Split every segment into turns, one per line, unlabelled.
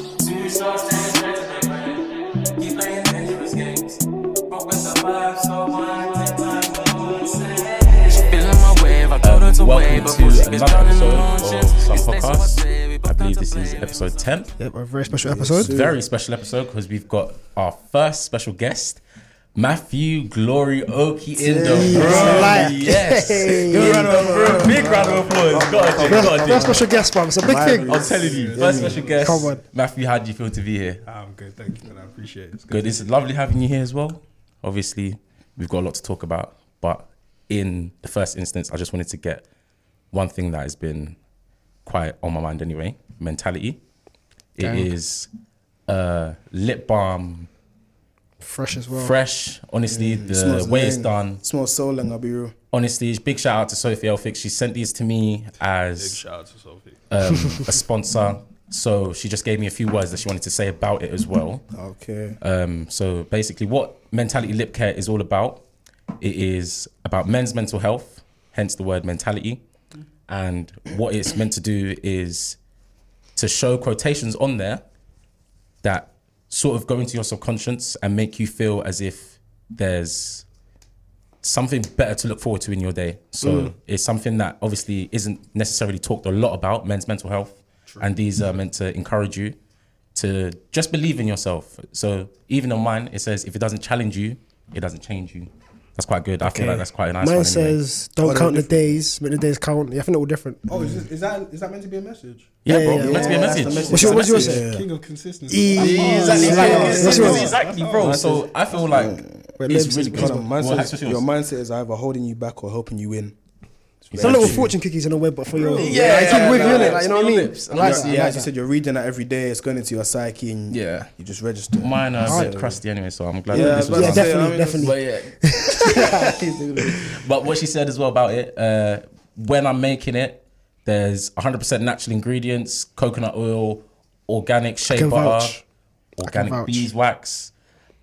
so strange, strange, strange, strange. He playing dangerous games. But with the vibe, so one, take my moon, She feeling my wave, I told her to wave.
Welcome
But
to
pussy
another
gets down in the
episode of
motion.
Some
It's next to my baby,
Podcasts.
but
I believe
not
this
to
is
blame.
episode 10.
Yep, a very special episode.
Very special episode because we've got our first special guest, Matthew Glory Oki in the
Light.
room. Yes.
Hey.
Good round of applause. Big round of applause. Got to do,
Very-
got
very
to do.
special guest, man. It's a big thing.
I'm telling you, first special guest.
Come on.
Matthew, how do you feel to be here?
I'm good, thank you, man. I appreciate it. It's good.
Good. It's lovely having you here as well. Obviously, we've got a lot to talk about, but in the first instance, I just wanted to get one thing that has been quite on my mind anyway mentality. It is uh, lip balm,
Fresh as well.
fresh. Honestly, the
Smells
way it's
lang.
done.
Smells so long, I'll be real.
Honestly, big shout out to Sophie Elphick. She sent these to me
Big
as
shout out to Sophie.
um, a sponsor. So she just gave me a few words that she wanted to say about it as well.
Okay.
Um, so basically, what mentality lip care is all about, it is about men's mental health, hence the word mentality. And what it's meant to do is to show quotations on there that sort of go into your subconscious and make you feel as if there's something better to look forward to in your day. So
Mm.
it's something that obviously isn't necessarily talked a lot about men's mental health, and these are meant to encourage you to just believe in yourself. So even on mine, it says if it doesn't challenge you, it doesn't change you. That's quite good. I feel like that's quite a nice
Mine
one. anyway.
says, don't
Oh,
count the
they're
days, make the days count. Yeah, I think they're all different.
Oh, is, this, is that is that meant to be a message?
yeah,
yeah,
bro,
yeah,
meant to be a
yeah, that's
message.
the message.
What's your- what's yours?
Yeah.
King of consistency.
Exactly.
That's
That's
what-
yours.
exactly, bro. So I feel like it's really good.
Because your
Well,
mindset,
that's
is,
yours.
your mindset is either holding you back or helping you in.
It's a little fortune cookies in a way, but for
Yeah,
your. like,
yeah,
keep with
yeah,
you, innit?
yeah.
Like, you know what I
Smell
mean?
lips.
I like that.
Yeah, like
I like
you
that.
said, you're reading that every day. It's going into your psyche, and
Yeah.
you just register.
Mine are a bit crusty anyway, so I'm glad
Yeah,
that this
but-
was
Yeah,
done.
I mean,
definitely,
it's-
definitely.
But yeah. but what she said as well about it, uh, when I'm making it, there's 100% natural ingredients, coconut oil, organic shea
can
butter,
vouch.
organic
vouch.
beeswax,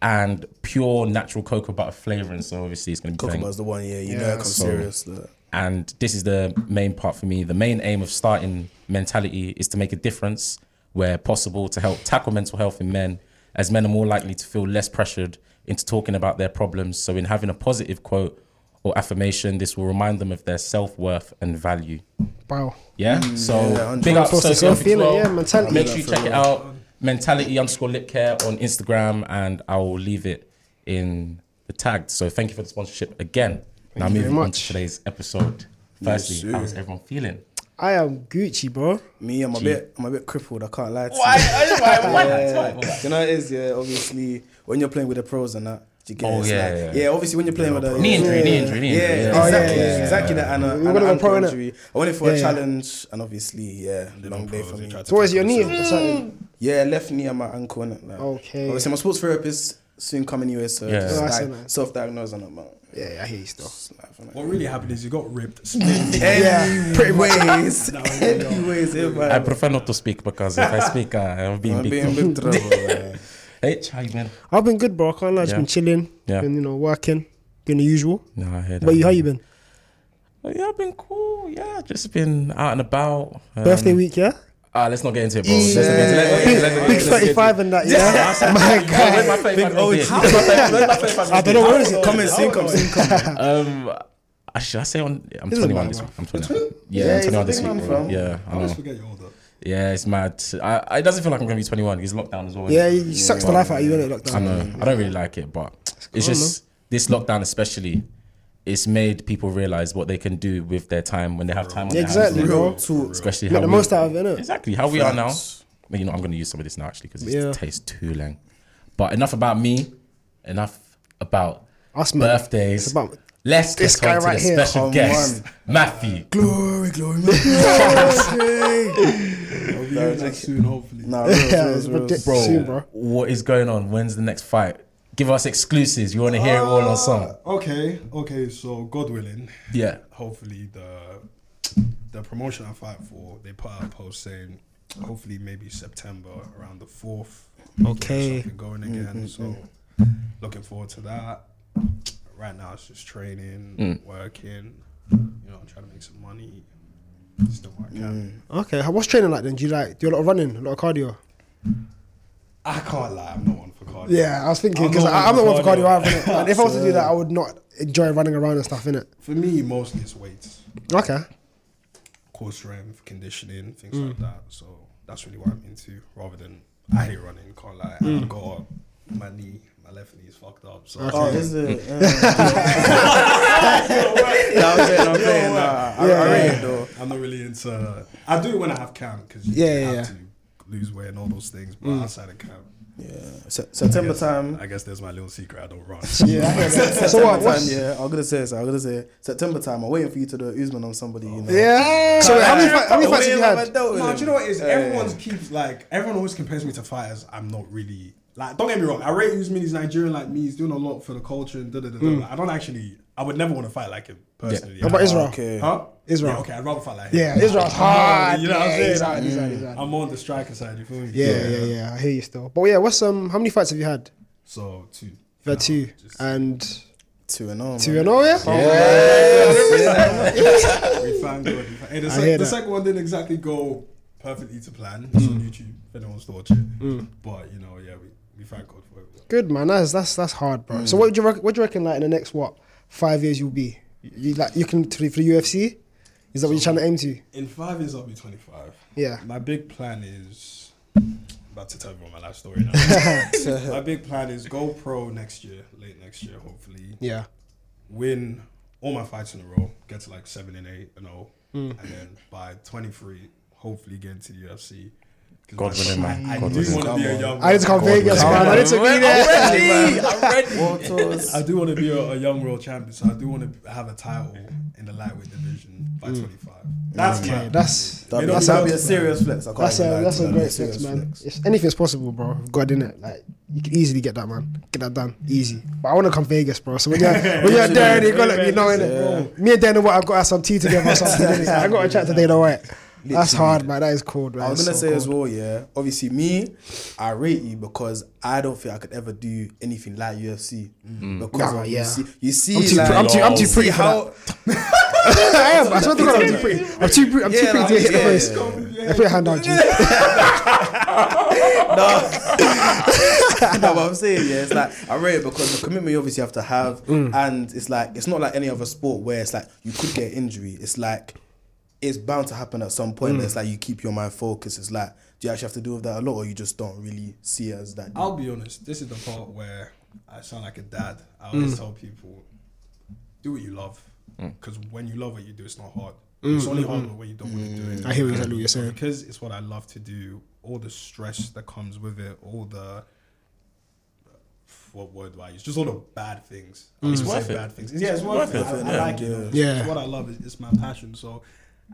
and pure natural cocoa butter flavoring. So obviously it's going to be
Cocoa
playing.
butter's the one, yeah. You know,
Yeah.
it comes
So-
serious. The,
And this is the main part for me. The main aim of starting mentality is to make a difference where possible to help tackle mental health in men, as men are more likely to feel less pressured into talking about their problems. So, in having a positive quote or affirmation, this will remind them of their self worth and value.
Wow.
Yeah. so
yeah,
big up
Supposed to
Sophie
self,
Elphick as
innit?
well.
Yeah, mentality.
Make sure you check it out. Mentality underscore lip care on Instagram, and I will leave it in the tag. So thank you for the sponsorship again. now
you
moving
very
on to
much.
today's episode. Firstly,
sir.
how's everyone feeling?
I am Gucci, bro.
me, I'm a bit, I'm a bit crippled. I can't lie to you. You know, it is, yeah. Obviously, when you're playing with the pros and that, you get
Oh,
it's
yeah,
like-
yeah.
yeah. Obviously, when you're playing with the
Knee injury,
yeah.
knee injury, knee
Yeah,
injury.
yeah,
yeah.
exactly,
yeah, Oh, yeah, yeah.
exactly that. And a, and
gotta
a
go
ankle
pro, innit?
injury. I went in for
Yeah,
a
yeah.
challenge, and obviously, yeah, the long day for me.
So, where's your knee? Exactly.
Yeah, left knee and my ankle innit? Like,
Okay.
Obviously, my sports therapist soon coming anyway, so
Yeah.
just
Oh, that's
like,
so nice.
self-diagnose and that, man.
Yeah, yeah, I hear you still.
Just like,
What really happened is you got ripped. Split.
Yeah, pretty much.
Anyways,
No, no, no.
anyways, everybody.
I prefer not to speak because if I speak, uh, I'll be in
I'm
big
being
trouble.
big trouble. man.
H, how you been?
I've been good, bro. I can't lie. Just
Yeah.
been chilling.
Yeah. Mm.
Been, you know, working. Doing the usual.
No, I heard.
But you, how you been?
Oh, yeah, I've been cool. Yeah, just been out and about. Um,
Birthday week, yeah?
Ah, let's not get into it, bro. Let's not get into it. Let's not get into it. Let's not get
Big
into it.
35 and that, yeah?
my god, where's my favorite Where's my favorite
I don't know, where is it?
Come and sing, come sing, come.
Um, I- should I say on? I'm
This is a
21
big
this
man.
week. I'm 21. Yeah,
Yeah,
I'm
he's a
21 this
big
week.
man,
bro.
fam.
Yeah, I
I always
know.
forget you're older.
Yeah, it's mad. I, I- it doesn't feel like I'm gonna be 21. It's lockdown as well.
Yeah,
innit?
he sucks the life out of you, innit? Lockdown.
I know. I don't really like it, but it's
cool,
just this lockdown, especially. It's made people realize what they can do with their time when they have time. On
Yeah,
their
exactly,
hands, innit?
bro.
Two,
Especially how
Make the
we-
most out of it, innit?
Exactly how we are now.
Facts.
But, You know, I'm going to use some of this now actually because it
Yeah.
tastes too long. But enough about me. Enough about
Us, man.
birthdays.
It's about-
Let's get
This guy
on to
right
the
here.
special
Come
guest, Matthew.
glory, glory, glory.
I'll be hearing that soon, hopefully.
Nah,
Yeah,
real,
it's
real, real.
ridic- soon, bro.
What is going on? When's the next fight? Give us exclusives. You want to hear it all on some?
Okay, okay. So God willing,
Yeah.
hopefully the the promotion I fight for, they put out a post saying, hopefully maybe September around the fourth. we can get
Okay.
something Going again. So looking forward to that. Right now it's just training, working. You know, trying to make some money. Still what I can.
Okay, how- what's training like then? Do you like do a lot of running, a lot of cardio?
I can't lie, I'm not one for cardio.
Yeah, I was thinking
I'm
because
not one
I'm not
for
one for cardio
cardio.
either. innit? And if I was to do that, I would not enjoy running around and stuff in it.
For me, mostly it's weights,
Okay.
core strength, conditioning, things like that. So that's really what I'm into, rather than I hate running. Can't lie, I got my knee, my left knee is fucked up. So
Oh, is it? Yeah. Nah, I'm playing, I'm playing. Nah, I, I rate it though.
I'm not really into. I do it when I have camp because you
Yeah, yeah,
have
yeah.
to lose weight and all those things. But
Mm.
outside of camp,
Se- uh, September
yes,
time.
I guess there's my little secret. I don't run.
Yeah. so
September
what?
time,
What's,
yeah. I'm gonna say this. I'm gonna say September time. I'm waiting for you to do a Usman on somebody. You know.
yeah. So wait, how many, fight, how many fights have you had?
No, do you know what it is? Everyone's keeps like everyone always compares me to fighters. I'm not really like. Don't get me wrong. I rate Usman. He's Nigerian like me. He's doing a lot for the culture and da da da. da. Like, I don't actually. I would never want to fight like him personally.
How Mm. about
I-
Israel?
Okay.
Huh?
Israel.
Yeah, okay, I'd rather fight like him.
Yeah, Israel's hard.
You know what I'm
yeah,
saying? Mm.
he's hard, he's hard, he's hard.
I'm more on the striker side. You feel me?
Yeah, yeah, yeah. I hear you still. But yeah, what's um? How many fights have you had?
So two.
You've had two
Just-
and
Two and all.
two
man.
and oh yeah.
We thank God. we thank- Hey, the,
I
sec-
hear
the
that. Mm.
second one didn't exactly go perfectly to plan. It's on YouTube if anyone wants to watch it. But you know, yeah, we, we thank God for it.
Good man. That's that's that's hard, bro. So what do you reckon, what do you reckon like in the next what five years you'll be? You like you can for the UFC? Is that what you're trying to aim to?
In five years, I'll be 25.
Yeah.
My big plan is. I'm about to tell everyone my life story now. my big plan is go pro next year, late next year, hopefully.
Yeah.
Win all my fights in a row, get to like 7 and 8 and 0.
Hmm.
And then by 23, hopefully get into the UFC. 'Cause
God
I-
willing, man.
I, I
God
do
willing.
want to be a young
I need to come Vegas,
God.
man. I need to be there.
I'm ready.
Autos.
I do want to be a, a young world champion, so I do want to have a title in the lightweight division by 25. That's my
Hmm. Okay, that's
That'd, be,
You know,
that'd be a
that's-
serious flex. I can't
that's a
even lie to
that's
you,
a
that'd be
great flex,
serious
man. If anything's possible, bro. With God in it, like you can easily get that, man. Get that done, easy. But I want to come Vegas, bro. So when you're when you're there, you gotta let me know innit? Me and Dana, what I've got to have some tea together or something. innit? I got to chat to Dana White. That's hard, man. That is cold, man.
I was
It's
gonna
so
say
cold.
as well, yeah. Obviously, me, I rate you because I don't think I could ever do anything like UFC because
Nah,
of-
yeah.
you see, you see,
I'm too,
like,
I'm too, I'm too
see
pretty for
how
that. I am. I swear to God, I'm too pretty. I'm too pretty. I'm too
Yeah,
pretty to
like,
hit the
yeah.
face. I put a hand on you.
no, but I'm saying, yeah, it's like I rate it because the commitment you obviously have to have,
Mm.
and it's like it's not like any other sport where it's like you could get injury. It's like it's bound to happen at some point.
Mm.
It's like you keep your mind focused. It's like do you actually have to deal with that a lot, or you just don't really see it as that?
I'll be honest. This is the part where I sound like a dad. I always
Mm.
tell people, do what you love, because when you love what you do, it's not hard. It's only hard when you don't want to do it.
Mm. I hear exactly what you're saying.
Because it's what I love to do. All the stress that comes with it, all the what word do I use? Just all the bad things. I was
It's
gonna
worth
say
it.
Bad things. Yeah, it's worth, it. I, I like it. It's-
Yeah.
it's what I love is it's my passion. So,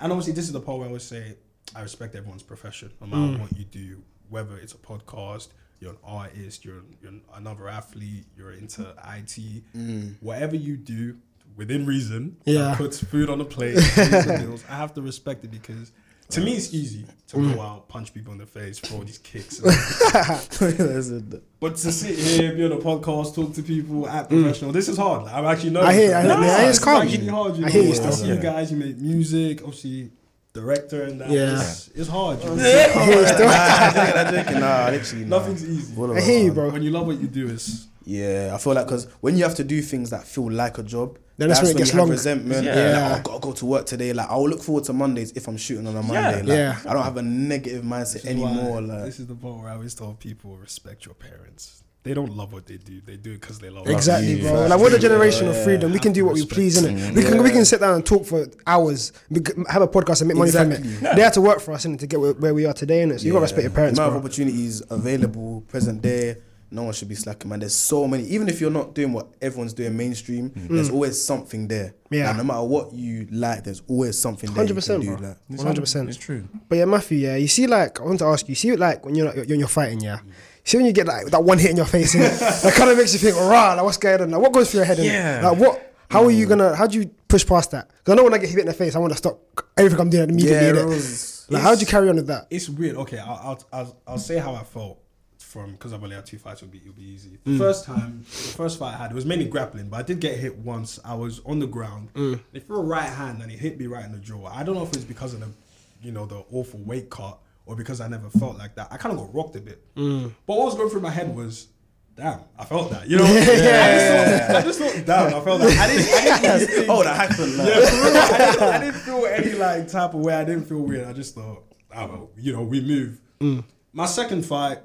and obviously this is the part where I always say I respect everyone's profession, no matter what you do, whether it's a podcast, you're an artist, you're, you're another athlete, you're into IT, whatever you do within reason, that
Yeah.
puts food on the plate, pays the bills. I have to respect it because. To me, it's easy to go out, punch people in the face, throw these kicks. and- but to sit here, be on a podcast, talk to people, act professional, this is hard. Like, I'm actually nervous.
Mm. I hear- I hear-
Nah,
yeah, it's
this is
calm.
actually hard. You
I hear
know?
you still.
I see you guys, you make music, obviously, director and that.
Yeah.
It's, Oh, it's hard. you know?
I'm joking, nah, literally, nah.
Nothing's easy.
All of
I
us,
hear you,
man.
bro.
When you love what you do, it's
Yeah, I feel like because when you have to do things that feel like a job,
Then that's when it
when
gets
you have
long.
resentment.
Yeah.
Yeah, like, oh, I've got to go to work today. Like I'll look forward to Mondays if I'm shooting on a Monday. Like,
Yeah.
I don't have a negative mindset
This is why-
anymore. Like
this is the part where I always tell people respect your parents. They don't love what they do. They do it because they love.
Exactly,
It.
bro. Like we're the generation of freedom. We can do what we
Respect.
please, innit? We can we can sit down and talk for hours, we can have a podcast and make money from it.
Exactly.
They had to work for us, innit, to get where, where we are today, innit? So you gotta respect your parents,
The amount of
bro.
opportunities available, present day. No one should be slacking, man. There's so many. Even if you're not doing what everyone's doing mainstream,
Mm.
there's always something there.
Yeah.
Like, no matter what you like, there's always something.
Hundred percent,
There you can do,
bro.
like.
It's
One hundred percent.
It's true.
But yeah, Matthew, yeah, you see, like, I want to ask you, you see, like, when you're like, you're, you're fighting, yeah, you see, when you get like that one hit in your face, innit? that kind of makes you think, all right, like, what's going on? Like, what goes through your head? innit?
Yeah.
Like, what? How are you gonna? How do you push past that? Because I know when I get hit in the face, I want to stop everything I'm doing immediately.
Yeah,
innit?
it was-
like, how do you carry on with that?
It's weird. Okay, I'll I'll, I'll, I'll say how I felt from because I've only had two fights. It'll be it'll be easy. The first time, the first fight I had it was mainly grappling, but I did get hit once. I was on the ground. They threw a right hand and it hit me right in the jaw. I don't know if it's because of the, you know, the awful weight cut or because I never felt like that, I kind of got rocked a bit. But what was going through my head was, damn, I felt that. You know, I, just thought, I just thought, damn, I felt that. I didn't, I didn't really think-
Oh, that happened. Like,
yeah, for real. I didn't, I didn't feel any like type of way. I didn't feel weird. I just thought, I don't know, you know, we move.
Mm.
My second fight,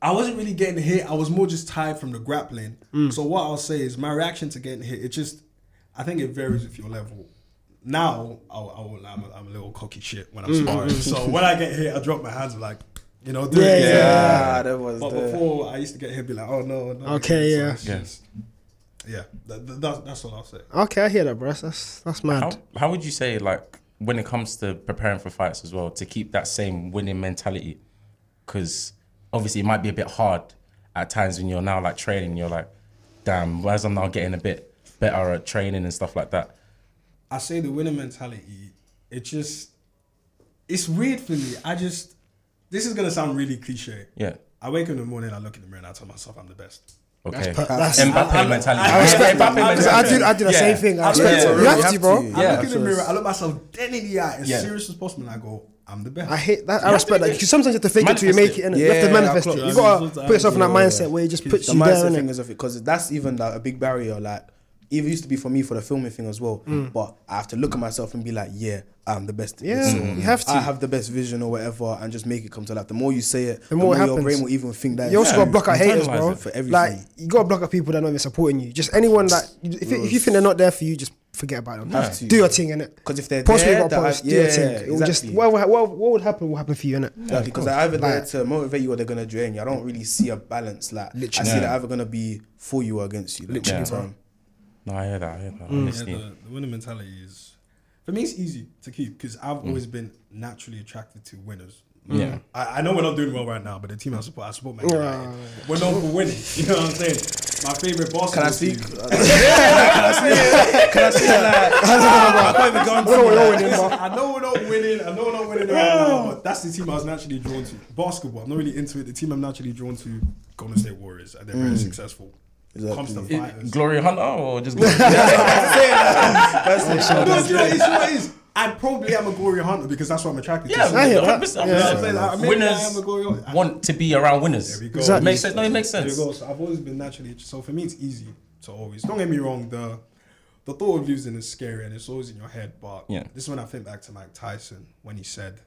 I wasn't really getting hit. I was more just tired from the grappling.
Mm.
So what I'll say is my reaction to getting hit, it just, I think it varies with your level. Now I'll, I will, I'm, a, I'm a little cocky shit when I'm
Mm,
sparring. So when I get hit, I drop my hands like, you know, do it.
Yeah,
yeah, that was
But
the-
before I used to get hit, be like, oh no, no.
Okay,
So
yeah.
it's just- yeah. That, that, that's- that's all I'll say.
Okay, I hear that, bro. That's that's mad.
How, how would you say like when it comes to preparing for fights as well to keep that same winning mentality? Because obviously it might be a bit hard at times when you're now like training. You're like, damn, whereas I'm now getting a bit better at training and stuff like that.
I say the winner mentality. It just, it's weird for me. I just, this is gonna sound really cliche.
Yeah.
I wake up in the morning, I look in the mirror, and I tell myself I'm the best.
Okay.
per- that's-
Mbappe mentality.
I respect
Mbappe
that. man, 'cause I did I did the
Yeah.
same thing. I
Yeah.
respect
Yeah.
it. You
You
have
have
to,
to.
bro.
Yeah.
I look in the mirror,
absolutely.
I look myself dead in the eye, as
Yeah.
serious as possible, and I go, I'm the best.
I hate that. I
have
respect
to
that.
do
Because sometimes you have to fake it till you
Manifest
make it,
it.
and you
Yeah,
have to
yeah,
manifest
I've
it.
clocked
You
that.
gotta
Sometimes,
put yourself in that
yeah.
mindset where it just puts
the
you
mindset
down.
thing
innit?
is of it because that's even like a big barrier. Like it used to be for me for the filming thing as well.
Mm.
But I have to look at myself and be like, yeah, I'm the best. at
Yeah,
this, or
Mm. you have
I
to.
have the best vision or whatever, and just make it come to life. The more you say it, the,
more
more,
it
your
happens.
brain will even think that.
You also got
it's
to
true.
block out haters,
internalize
bro.
it
for everything.
Like you got to block out people that are not even supporting you. Just anyone that if, you- if you think they're not there for you, just forget about them.
Have to.
Do your thing, innit?
'Cause if they're
post what you
there,
gotta
that-
post, do your
yeah,
thing. It will just
exactly.
what, what, what would happen will happen for you, innit?
Exactly, because they're either there to motivate you or they're gonna drain you. I don't really see a balance. Like I see
Literally.
they're either gonna be for you or against you. Like,
Literally,
all the time.
No, I hear that. I hear that.
Mm.
Yeah,
Honestly.
the, the winner mentality is, for me, it's easy to keep because I've
Mm.
always been naturally attracted to winners. Mm.
Yeah.
I, I know we're not doing well right now, but the team I support, I support Man
Right,
United. We're known for winning. You know what I'm saying? My favorite boss.
Can I speak? Can I speak? I can't even go on to that.
I know we're not winning. I know we're not winning right now, but that's the team I was naturally drawn to. Basketball, I'm not really into it. The team I'm naturally drawn to, Golden State Warriors, and they're
Mm.
very successful. Comes to fighters.
Glory Hunter or just Glory?
No, do you know what it is? Do you know what it is? I probably am a Glory Hunter because that's what I'm attracted to.
yeah,
I hear that.
100%.
You know what I'm saying? Like, maybe I am a
Winners
Glory Hunter.
want to be around winners.
There we go.
It
Exactly.
makes sense. No, it makes
There you
sense.
go. So I've always been naturally so for me it's easy to always don't get me wrong, the the thought of losing is scary and it's always in your head, but
Yeah.
this is when I think back to Mike Tyson when he said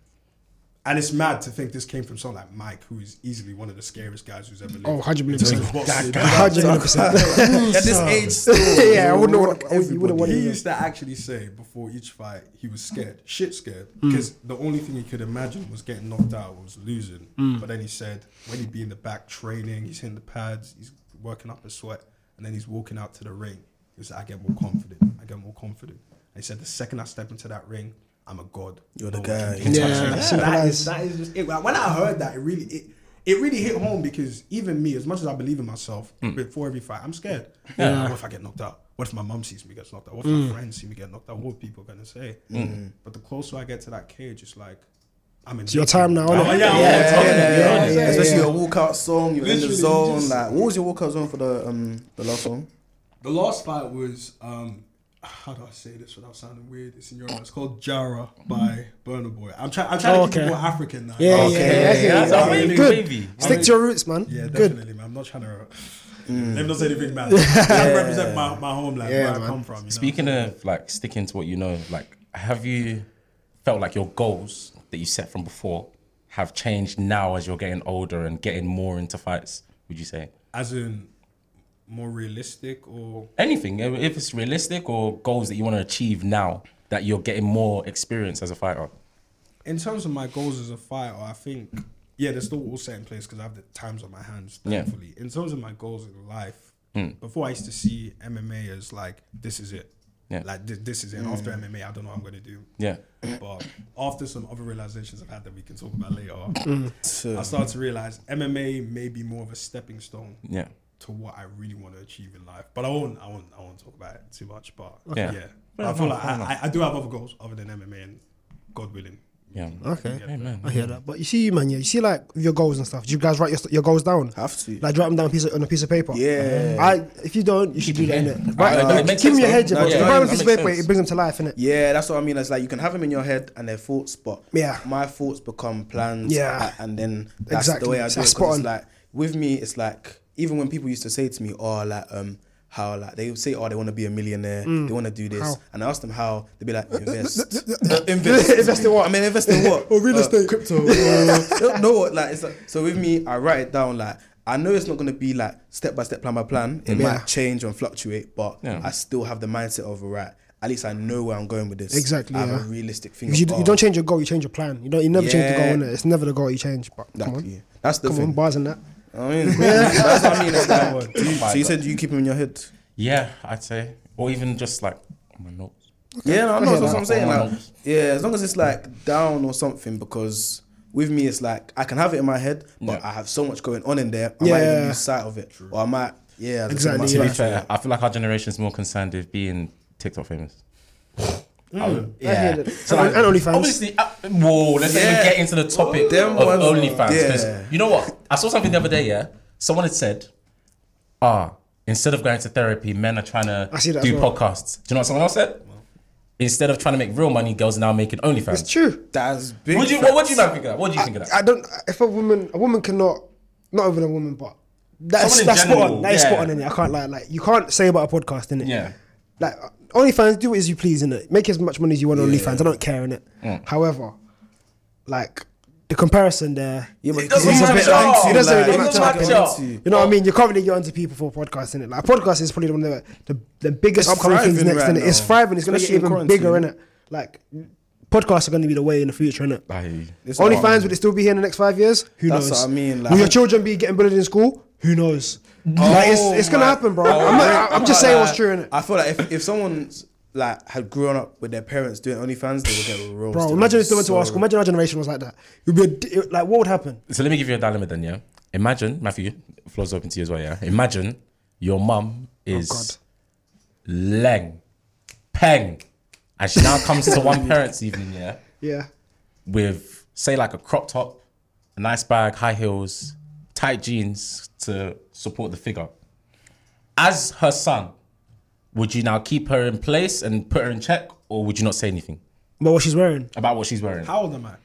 and it's mad to think this came from someone like Mike, who is easily one of the scariest guys who's ever lived.
Oh, 100 million
In terms
percent.
of boxing,
100 million percent.
At this age, still,
Yeah, I wouldn't want. I wouldn't- You wouldn't want Mm.
He
it.
used to actually say before each fight he was scared, shit scared, because the only thing he could imagine was getting knocked out, was losing.
Mm.
But then he said when he'd be in the back training, he's hitting the pads, he's working up a sweat, and then he's walking out to the ring. He was like, I get more confident. I get more confident. And he said the second I step into that ring, I'm a god.
You're the
No one
guy.
can touch
Yeah,
me."
simple
That
as.
is that is just it. Like, when I heard that, it really it, it really hit home because even me, as much as I believe in myself, before every fight, I'm scared. What if I get knocked out? What if my mum sees me get knocked out? What if my friends see me get knocked out? What are people gonna say? But the closer I get to that cage, it's like I'm in. Oh,
It's your time now. innit?
yeah, yeah,
Yeah, yeah,
yeah, yeah,
Especially
yeah.
your walkout song, you're in
Literally,
the
you
zone.
just-
Like, what was your walkout zone for the um the last song?
The last fight was um, how do I say this without sounding weird? It's in Europe. It's called Jara by Burner Boy. I'm trying. I'm trying
Oh,
to keep
okay.
it more African now.
Yeah, yeah,
Okay,
yeah,
yeah,
yeah,
that's
yeah.
wavy,
Good.
wavy.
Stick to your roots, man.
Yeah,
Good.
definitely, man. I'm not trying to.
Mm.
Let me not say anything, man. I represent my, my homeland,
Yeah,
where I
man.
come from. You know?
Speaking of like sticking to what you know, like have you felt like your goals that you set from before have changed now as you're getting older and getting more into fights? Would you say
as in more realistic or
anything? If if it's realistic or goals that you want to achieve now that you're getting more experience as a fighter?
in terms of my goals as a fighter, I think yeah, they're still all set in place because I have the times on my hands.
Yeah. Mm.
Thankfully, in terms of my goals in life, before I used to see MMA as like this is it,
Yeah.
like this, this is it. And After
Mm.
MMA, I don't know what I'm gonna do.
Yeah,
But after some other realizations I've had that we can talk about later,
Mm.
I started to realize MMA may be more of a stepping stone
yeah.
to what I really want to achieve in life. But I won't, I won't, I won't talk about it too much. But
Yeah.
yeah,
Fair
I feel
enough,
like
fair
I,
enough.
I, I do have other goals other than MMA, and God willing,
Yeah.
Okay.
Hey, man.
I
Mm.
hear that. But you see, man, yeah, you see, like with your goals and stuff. Do you guys write your, your goals down?
Have to.
Like write them down a piece of, on a piece of paper.
Yeah.
I if you don't, you should do that. Innit?
Uh, that
Right.
makes
Keep
sense,
in your
though.
head, yeah,
No,
but if
yeah,
you write it on a
that
piece of
makes
paper,
sense.
it brings them to life, innit?
Yeah, that's what I mean. It's like you can have them in your head and they're thoughts, but
Yeah.
my thoughts become plans.
Yeah.
a- and then that's
Exactly.
the way I
That's
do it. 'cause
spot on.
it's like with me, it's like even when people used to say to me, "Oh, like um." How like they would say, oh, they want to be a millionaire, they want to do this,
Mm. How?
and I ask them how, they'd be like, invest, Uh, invest,
Invest in what?
I mean, invest in what? Uh,
Or real estate.
crypto. no, no, what, like it's like, so with me, I write it down. Like I know it's not gonna be like step by step, plan by plan. It
Mm. Yeah.
might change and fluctuate, but
Yeah.
I still have the mindset of right. At least I know where I'm going with this.
Exactly,
I have
yeah.
a realistic thing.
You,
of,
you
oh,
don't change your goal, you change your plan. You don't. You never change the
Yeah.
goal, innit? It's never the goal you change. But come
Exactly.
on,
That's the
come on,
thing.
bars and that.
I mean, that's what I mean. It's like, do you- so you said you keep them in your head.
Yeah, I'd say. Or even just like my notes.
Yeah, no, no, that's what
that.
I'm saying.
Oh,
Like, yeah, as long as it's like down or something, because with me, it's like I can have it in my head, but
Yeah.
I have so much going on in there. I might
Yeah.
even lose sight of it, or I might, yeah, just
Exactly,
might-
To
yeah.
be fair, I feel like our generation is more concerned with being TikTok famous.
Oh,
I would-
Mm. hear
yeah.
that. And- and OnlyFans.
Obviously, uh, whoa, let's not even
Yeah.
get into the topic
Them
of
ones-
OnlyFans. 'cause
yeah.
You know what? I saw something the other day, yeah? Someone had said, ah, instead of going to therapy, men are trying to
I see that
do
as well.
podcasts. Do you know what someone else said? Instead of trying to make real money, girls are now making OnlyFans.
It's true.
That's big.
What do you, what, what do you man think of that? What do you think of that?
I don't. If a woman, a woman cannot, not even a woman, but
Someone
that's
in
that's spot
general,
on. That is
yeah.
spot on in it. I can't lie. Like you can't say about a podcast in it.
Yeah.
Like OnlyFans, do as you please in it. Make as much money as you want on OnlyFans. I don't care in it.
Mm.
However, like the comparison there,
Yeah, but it
doesn't
doesn't
matter.
matter.
It doesn't really matter.
you know what I mean. You can't really get onto people for podcasting it. Like podcast is probably one of the the, the biggest
It's
upcoming things
thriving
next
right
in it. It's
now.
thriving. It's going to get
Especially in
even
quarantine.
bigger in it. Like podcasts are going to be the way in the future in it.
I hear you.
It's
Only
not-
fans would it still be here in the next five years? Who
That's
knows?
what I mean, like-
Will your children be getting bullied in school? Who knows?
Oh,
like it's, it's gonna
my-
happen, bro.
oh,
I'm, not, I'm just saying what's true in it,
I feel like if, if someone's like had grown up with their parents doing OnlyFans, they would get roasted.
bro. Imagine if they went to
So-
our school. Imagine our generation was like that. You'd be a d like, what would happen?
So let me give you a dilemma then, yeah? Imagine, Matthew, floor's open to you as well, yeah? Imagine your mum is Leng, Peng, and she now comes to one parent's evening, yeah?
Yeah,
With, say, like a crop top, a nice bag, high heels, tight jeans to support the figure. As her son, would you now keep her in place and put her in check, or would you not say anything
but what she's wearing?
about what she's wearing?
How old am I?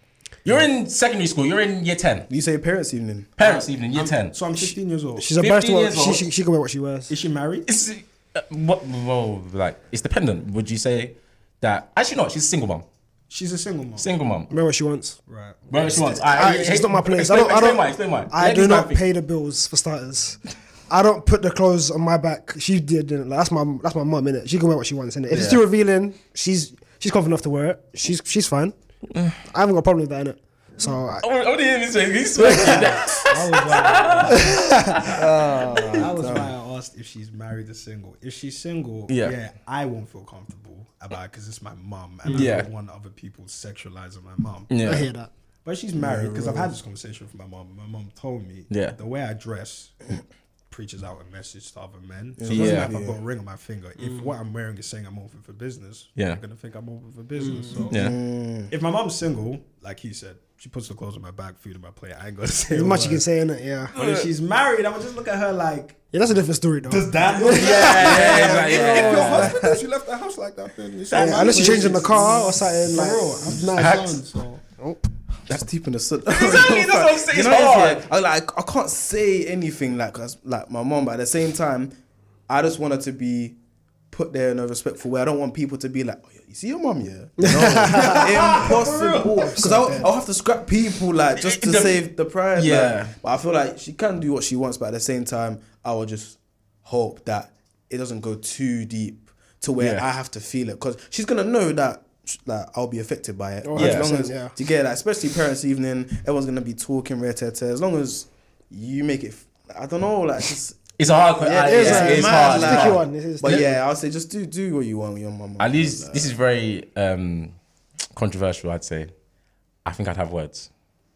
You're in secondary school, you're in year 10.
You say parents evening.
Parents' evening, year
I'm-
10.
So I'm 15 years old.
She's embarrassed to
15
wear.
years
She,
old.
she, she can wear what she wears.
Is she married?
It's uh, what? Well, like it's dependent. Would you say that? Actually, not. She's a single mom.
She's a single mom.
Single mom.
Wear what she wants.
right.
Where she wants.
I, it's Ah, not my place. I don't. I don't.
Explain why. Explain why.
I
Let
do
me
not
back-
pay the bills for starters. I don't put the clothes on my back. She did. Didn't. Like, that's my that's my mum innit. She can wear what she wants innit. If it's too revealing, she's she's confident enough to wear it. She's she's fine.
Mm.
I haven't got a problem with that innit. So I,
I want- I want to hear this. Way. He's sweating.
I was
uh,
like, I was why I asked if she's married or single. If she's single,
Yeah.
yeah, I won't feel comfortable about it because it's my mum, and I
Yeah.
don't want other people sexualizing my mum.
I
yeah.
hear that.
But she's married because I've had this conversation with my mom. My mom told me
Yeah.
the way I dress preaches out a message to other men. So
Yeah.
it doesn't matter if I've
Yeah.
got a ring on my finger.
Mm.
If what I'm wearing is saying I'm open for business,
Yeah.
I'm gonna think I'm open for business.
Mm.
So
Yeah.
if my mom's single, like he said, she puts the clothes on my back, food on my plate. I ain't gonna say
As
a
much you
word.
can say innit. Yeah.
But if she's married, I would just look at her like,
Yeah, that's a different story though.
does that look?
Yeah, exactly, yeah,
If your
yeah.
husband knows you left the house like that, then it's
Yeah, unless you change in the car or something like.
I'm
Nice.
done, so.
That's deep in the soot.
Exactly, that's what I'm saying,
You know,
it's hard.
like, I like I can't say anything like 'cause, like my mom, but at the same time, I just want her to be put there in a respectful way. I don't want people to be like, oh, you see your mom, yeah? No, impossible. Because I'll, I'll have to scrap people like just to
The-
save the pride. like.
Yeah.
but I feel like she can do what she wants, but at the same time, I will just hope that it doesn't go too deep to where
Yeah.
I have to feel it because she's gonna know that. Like I'll be affected by it.
Oh,
As
100%,
long as
yeah.
to get like, especially parents' evening, everyone's gonna be talking rare tear tear. As long as you make it, f- I don't know, like just.
It's a hard. question.
Yeah,
Ah, Yeah,
it
it's,
is, man.
it's
Mad,
hard.
like-
it's
Sticky
hard.
one. This is-
But yeah, I'll say just do do what you want with your mum.
At least this is very um, controversial. I'd say. I think I'd have words.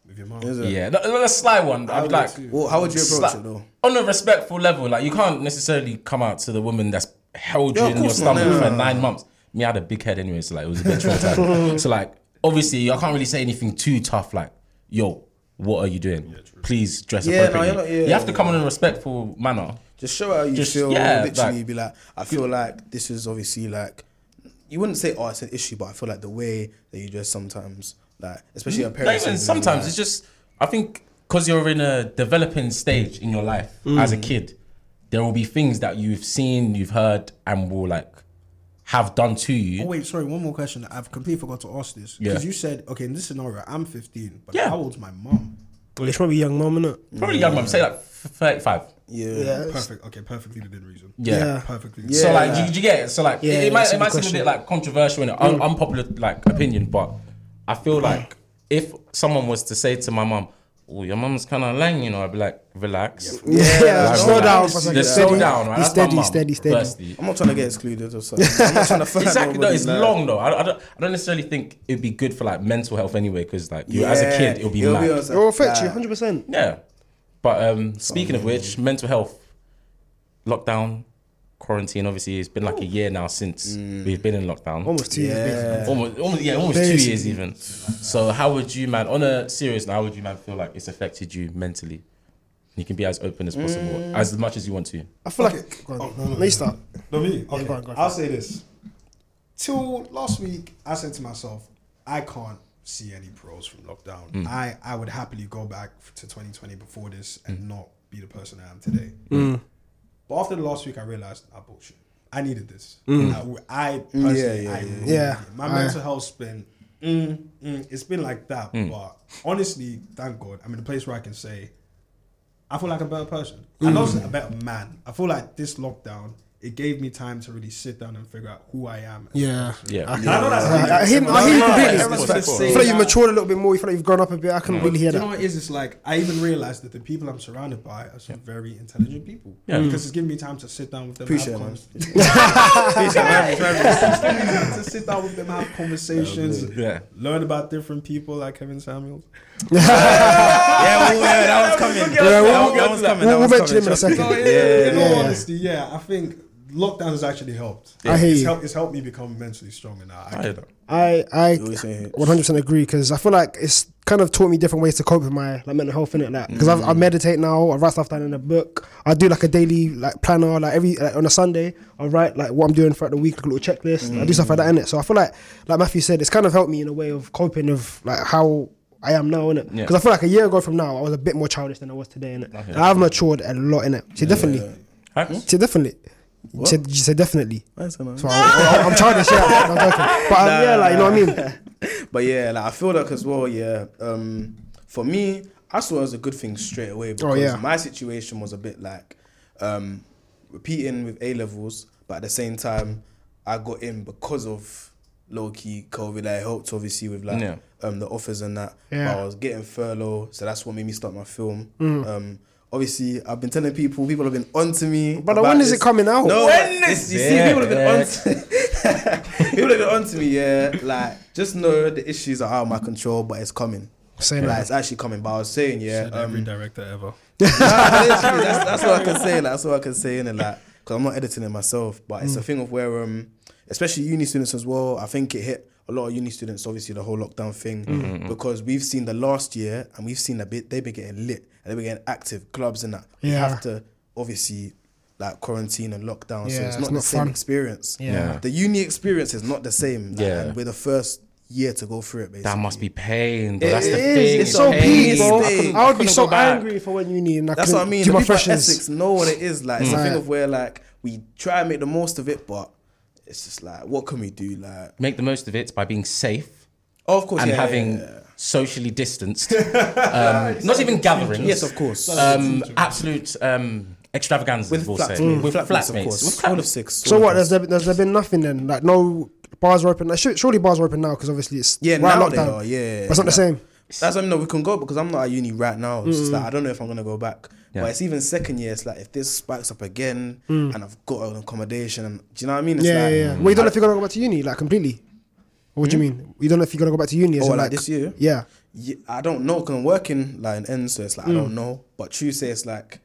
With your mom.
Is it?
Yeah, no, no, a sly one. I'd
would
like.
too.
Well, how would you
It's
approach
like-
it though?
On a respectful level, like you can't necessarily come out to the woman that's held
Yeah,
you
of
in your
course not,
stomach
no, no,
for
no.
nine months. Me, I had a big head anyway, so like it was a bit traumatizing. so like obviously I can't really say anything too tough. Like, yo, what are you doing? Please dress
Yeah, no,
appropriately.
you're not- yeah,
you have to
yeah,
come in a respectful manner.
Just show out how you
Just-
feel.
yeah,
literally,
like-
be like, I feel like this is obviously like, you wouldn't say oh it's an issue, but I feel like the way that you dress sometimes, like especially your
Not
parents.
even sometimes it's just I think because you're in a developing stage in your life
Mm.
as a kid, there will be things that you've seen, you've heard, and will like have done to you.
Oh wait, sorry. One more question. I've completely forgot to ask this
Yeah.
because you said okay. In this scenario, I'm 15, but
Yeah.
how old's my mum?
Well, it's probably young mum, innit?
Probably young mum, say like f- 35.
yeah.
Perfect. Okay, perfectly within reason.
Yeah.
Yeah.
Perfectly.
So
Yeah.
like, you, you get it. So like, it, it
yeah,
might,
that's a
it might
good
seem a
question.
bit like controversial and un- unpopular like opinion, but I feel
Mm.
like if someone was to say to my mum, "Oh, your mum's kind of lang," you know, I'd be like, "Relax,
Yeah,
Yeah,
slow
like,
down
just-
for a second.
just slow down." Right?
Be
That's my
steady,
mum,
steady, steady.
firstly.
I'm not trying to get excluded or something. I'm not trying to find
Exactly. No,
nobody,
it's
like-
long though. I, I don't. I don't necessarily think it'd be good for like mental health anyway, because like you as a
Yeah,
kid, it'll be mad.
on some-
It will affect you
like,
100%.
yeah. But um, speaking of which, mental health, lockdown, quarantine. Obviously, it's been like a year now since we've been in lockdown.
Almost two years.
Yeah.
basically.
almost, almost yeah, almost two
Basically.
years even. So how would you, man, on a serious note, how would you, man, feel like it's affected you mentally? You can be as open as possible, as much as you want to.
I feel
Okay.
like. Go on.
Oh, no, no,
Let me start.
No, me. Okay.
go on, go on.
I'll say this. Till last week, I said to myself, I can't see any pros from lockdown. I, I would happily go back to 2020 before this and not be the person I am today. But after the last week, I realized I bullshit. I needed this. I, I personally,
Yeah, yeah,
I
yeah.
really
Yeah,
did. My
I-
mental health's been, mm, mm, it's been like that. But honestly, thank God, I'm in a place where I can say, I feel like a better person. I'm
Mm.
not a better man. I feel like this lockdown, it gave me time to really sit down and figure out who I am. as a
Yeah.
person.
Yeah.
And I know that's
I, I hear, I hear you
No, no,
completely.
it's-
I
it's- it's-
feel like you've matured a little bit more. You feel like you've grown up a bit. I can really hear
Do you know
that.
what it is? It's like I even realized that the people I'm surrounded by are some very intelligent people.
Yeah.
Because it's giving me time to sit down with them.
Appreciate
have
it, man.
conversations. it's giving me time to sit down with them, have conversations,
Yeah.
learn about different people like Kevin Samuels.
Yeah, well, yeah, that one's coming.
Yeah, we'll-
That one's coming.
we'll
that one's
mention him in a
coming.
second.
No, yeah,
Yeah,
in
yeah,
all
yeah.
honesty, yeah, I think lockdown has actually helped.
I hear
it's,
you.
helped, it's helped me become mentally strong and I, I
I
can-
don't-
I I
always say it.
100% agree because I feel like it's kind of taught me different ways to cope with my like mental health in it like because I meditate now I write stuff down in a book I do like a daily like planner like every like, on a Sunday I write like what I'm doing throughout the week like a little checklist I do stuff like that in it so I feel like like Matthew said it's kind of helped me in a way of coping with like how I am now in it
Yeah.
because I feel like a year ago from now I was a bit more childish than I was today in it I've matured a lot in it so definitely
Huh?
so definitely so, so definitely
That's what I'm-
so I, I, I'm childish yeah I'm joking. but um, yeah like you know what I mean
But yeah, like I feel like as well, yeah. Um, for me, I saw it as a good thing straight away because
Oh, yeah.
my situation was a bit like um, repeating with A levels, but at the same time, I got in because of low key COVID. Like, it helped obviously with like
Yeah.
um, the offers and that.
Yeah. Mm.
But I was getting furlough, so that's what made me start my film. Um, Obviously, I've been telling people. People have been onto me.
Brother,
about
when is it
this.
coming out?
No,
When
but
is
you see,
it?
people have been onto people have been onto me, yeah. Like, just know the issues are out of my control, but it's coming.
Say
like,
that.
it's actually coming. But I was saying, yeah.
said every
Um,
director ever.
nah, literally, that's, that's what I can say. Like, that's what I can say in it. Like, because I'm not editing it myself, but it's a thing of where, um, especially uni students as well. I think it hit a lot of uni students. Obviously, the whole lockdown thing, because we've seen the last year, and we've seen a bit. They've been getting lit, and they've been getting active clubs and that. You
Yeah.
have to obviously like quarantine and lockdown, so
Yeah,
it's
it's
not the
not
same
fun.
experience.
Yeah.
The uni experience is not the same. Like,
Yeah.
And we're the first year to go through it, basically.
That must be pain. Though. That's the
It is,
thing.
it's so
pain.
painful.
I couldn't-
I would be
couldn't
so
go back.
angry if I went uni and I
That's
couldn't
what I mean.
do
the
my
people at
freshers.
Essex know what it is. Like it's a
Mm.
thing of where like we try and make the most of it, but it's just like what can we do? Like
Make the most of it by being safe
oh, of course,
and
yeah,
having
yeah, yeah.
socially distanced, um, not even gatherings.
yes, of course,
Um, absolute um, extravaganza.
with mm,
we'll
flatmates,
say. with flatmates.
of course,
With
all of six.
So
all
what?
of
There's
us.
there, been- there's there been nothing then? Like no bars are open. Like, sur- surely bars are open now because obviously it's
yeah,
right
now
lockdown.
they are. Yeah,
But it's not the same.
That's what I mean. No, we can go because I'm not at uni right now. It's just like I don't know if I'm gonna go back.
Yeah.
But it's even second year. It's like if this spikes up again, and I've got an accommodation, and do you know what Mm. I mean? It's
Mm. Yeah,
like,
yeah, yeah. Well, you don't know if you're gonna go back to uni, like completely. What do you mean? You don't know if you're gonna go back to uni? as
Oh,
in,
like this year?
Yeah.
Yeah, I don't know 'cause I'm working like an end, so it's like I
Hmm.
don't know. But Tuesday, it's like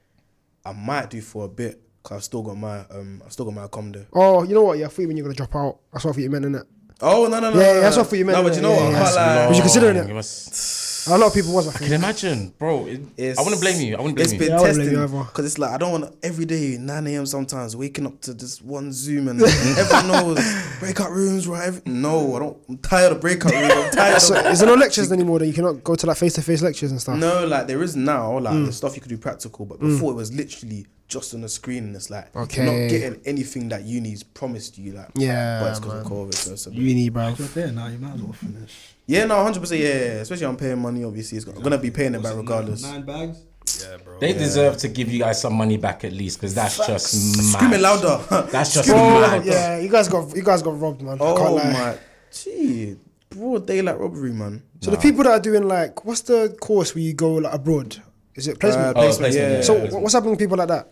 I might do for a bit because I've still got my um, I've still got my accom there.
Oh, you know what? Yeah, I thought you meant you're gonna drop out. That's what I thought you meant, innit?
Oh no no no.
Yeah,
no,
yeah,
no,
that's
no.
what you meant,
No, but you know
yeah,
what?
yeah,
I can't
yeah.
lie.
Was you considering it?
You must-
A lot of people was.
I can imagine, bro. It,
It's-
I wouldn't blame you. I wouldn't blame
It's
you.
been
Yeah, I wouldn't blame
testing
you either.
because it's like I don't want every day 9 a.m. sometimes waking up to this one Zoom and everyone knows breakout rooms right. Every- no, I don't. I'm tired of breakout rooms. I'm tired.
So,
of,
is there no lectures anymore that you cannot go to like face to face lectures and stuff?
no, like there is now like
Hmm.
the stuff you could do practical, but before it was literally just on the screen and it's like you're
Okay.
not getting anything that uni's promised you like.
Yeah,
Mm. but it's because of
man.
COVID. So it's a bit-
Uni, bro.
You're there now. You might as well finish.
yeah, no, hundred percent. Yeah, yeah, yeah. especially I'm paying money. Obviously, it's gonna, gonna be paying it
Was
back
it
regardless.
Nine, nine bags. Yeah, bro.
They deserve to give you guys some money back at least, because that's just mad.
Screaming louder.
That's just
Bro,
mad.
yeah, you guys got you guys got robbed, man. I can't
Oh
lie.
my, gee, broad daylight robbery, man.
So the people that are doing like, what's the course where you go like abroad? Is it placement?
Uh,
Oh,
placement,
yeah,
yeah.
so
yeah.
what's happening with people like that?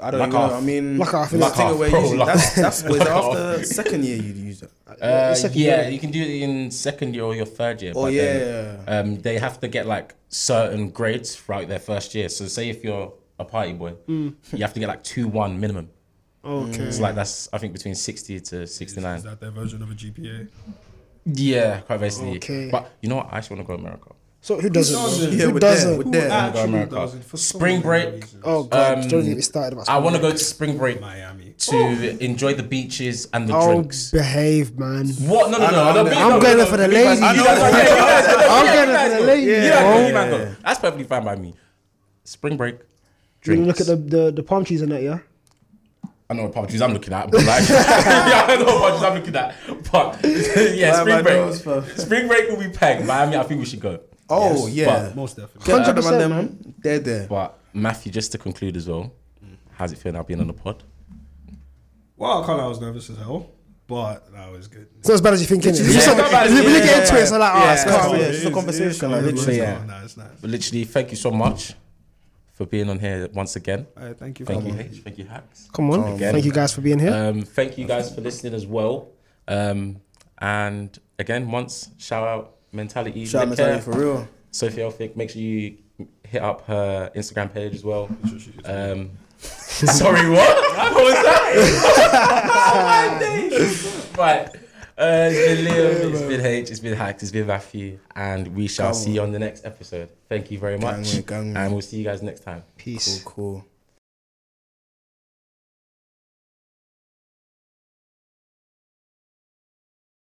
I don't
Luck
even
off.
know. I mean,
Luck off,
I
innit?
think
Luck
away
off, bro,
usually-
luck
that's that's was
Luck
after second year you'd use that.
Uh,
second
yeah,
year.
you can do it in second year or your third year.
Oh
but then,
yeah,
um, they have to get like certain grades throughout their first year. So say if you're a party boy, you have to get like two one minimum.
Okay.
It's like that's I think between sixty to sixty
Is
nine.
that their version of a GPA?
Yeah, quite basically.
Okay.
But you know what? I actually want to go to America.
So who doesn't?
Um,
doesn't?
bro?
Yeah,
who
we're there,
doesn't?
we're
Who
there.
actually
America.
does it for so
Spring
many
break.
reasons?
Oh god,
Um,
don't even get started about.
I want to go to spring break
Miami.
to enjoy the beaches and the
Oh,
drinks.
behave, man.
What? No, no,
I
no.
know,
I don't
I know.
mean-
I'm
no, no,
going there for
no,
the
you guys-
ladies.
you guys-
I'm
you guys- you
I'm
guys-
going
you
there for
guys-
the ladies,
you guys-
bro.
you guys go. That's perfectly fine by me. Spring break.
You
Drinks.
look at the, the the palm trees in that, yeah.
I know what palm trees I'm looking at, but like, yeah, I know what palm trees I'm looking at. But yeah,
Why am I
spring
nervous, bro?
break. Spring break will be pegged. Miami, I think we should go.
oh
Yes,
yeah.
but-
Most definitely.
Get out of
100%,
them,
man.
They're there.
But Matthew, just to conclude as well, how's it feel now being on the pod?
Well, I can't lie, I was nervous as hell, but that was good.
It's not as bad as you think, innit?
Yeah,
It's not-
not bad,
If you really
yeah,
get into it, it's not like,
yeah,
oh, it's
yeah,
calm.
yeah. it's just a conversation, like,
literally, yeah.
No, it's nice.
But literally, thank you so much for being on here once again.
All right, thank you.
Thank
for
you, H. Thank you, Hacks.
Come on.
Again.
Thank you guys for being here.
Um, thank you guys for listening as well. Um, and again, once shout out mentality.
Shout out
Lick
mentality
Care.
for real.
Sophie Elphick, make sure you hit up her Instagram page as well. Um, sorry, what? what was that? oh, my days. Right. Uh, it's been Liam, it's been H, it's been Hacks, it's been Matthew, and we shall
Come
see you on the next episode. Thank you very much,
Gang with, gang with.
and we'll see you guys next time.
Cool, cool.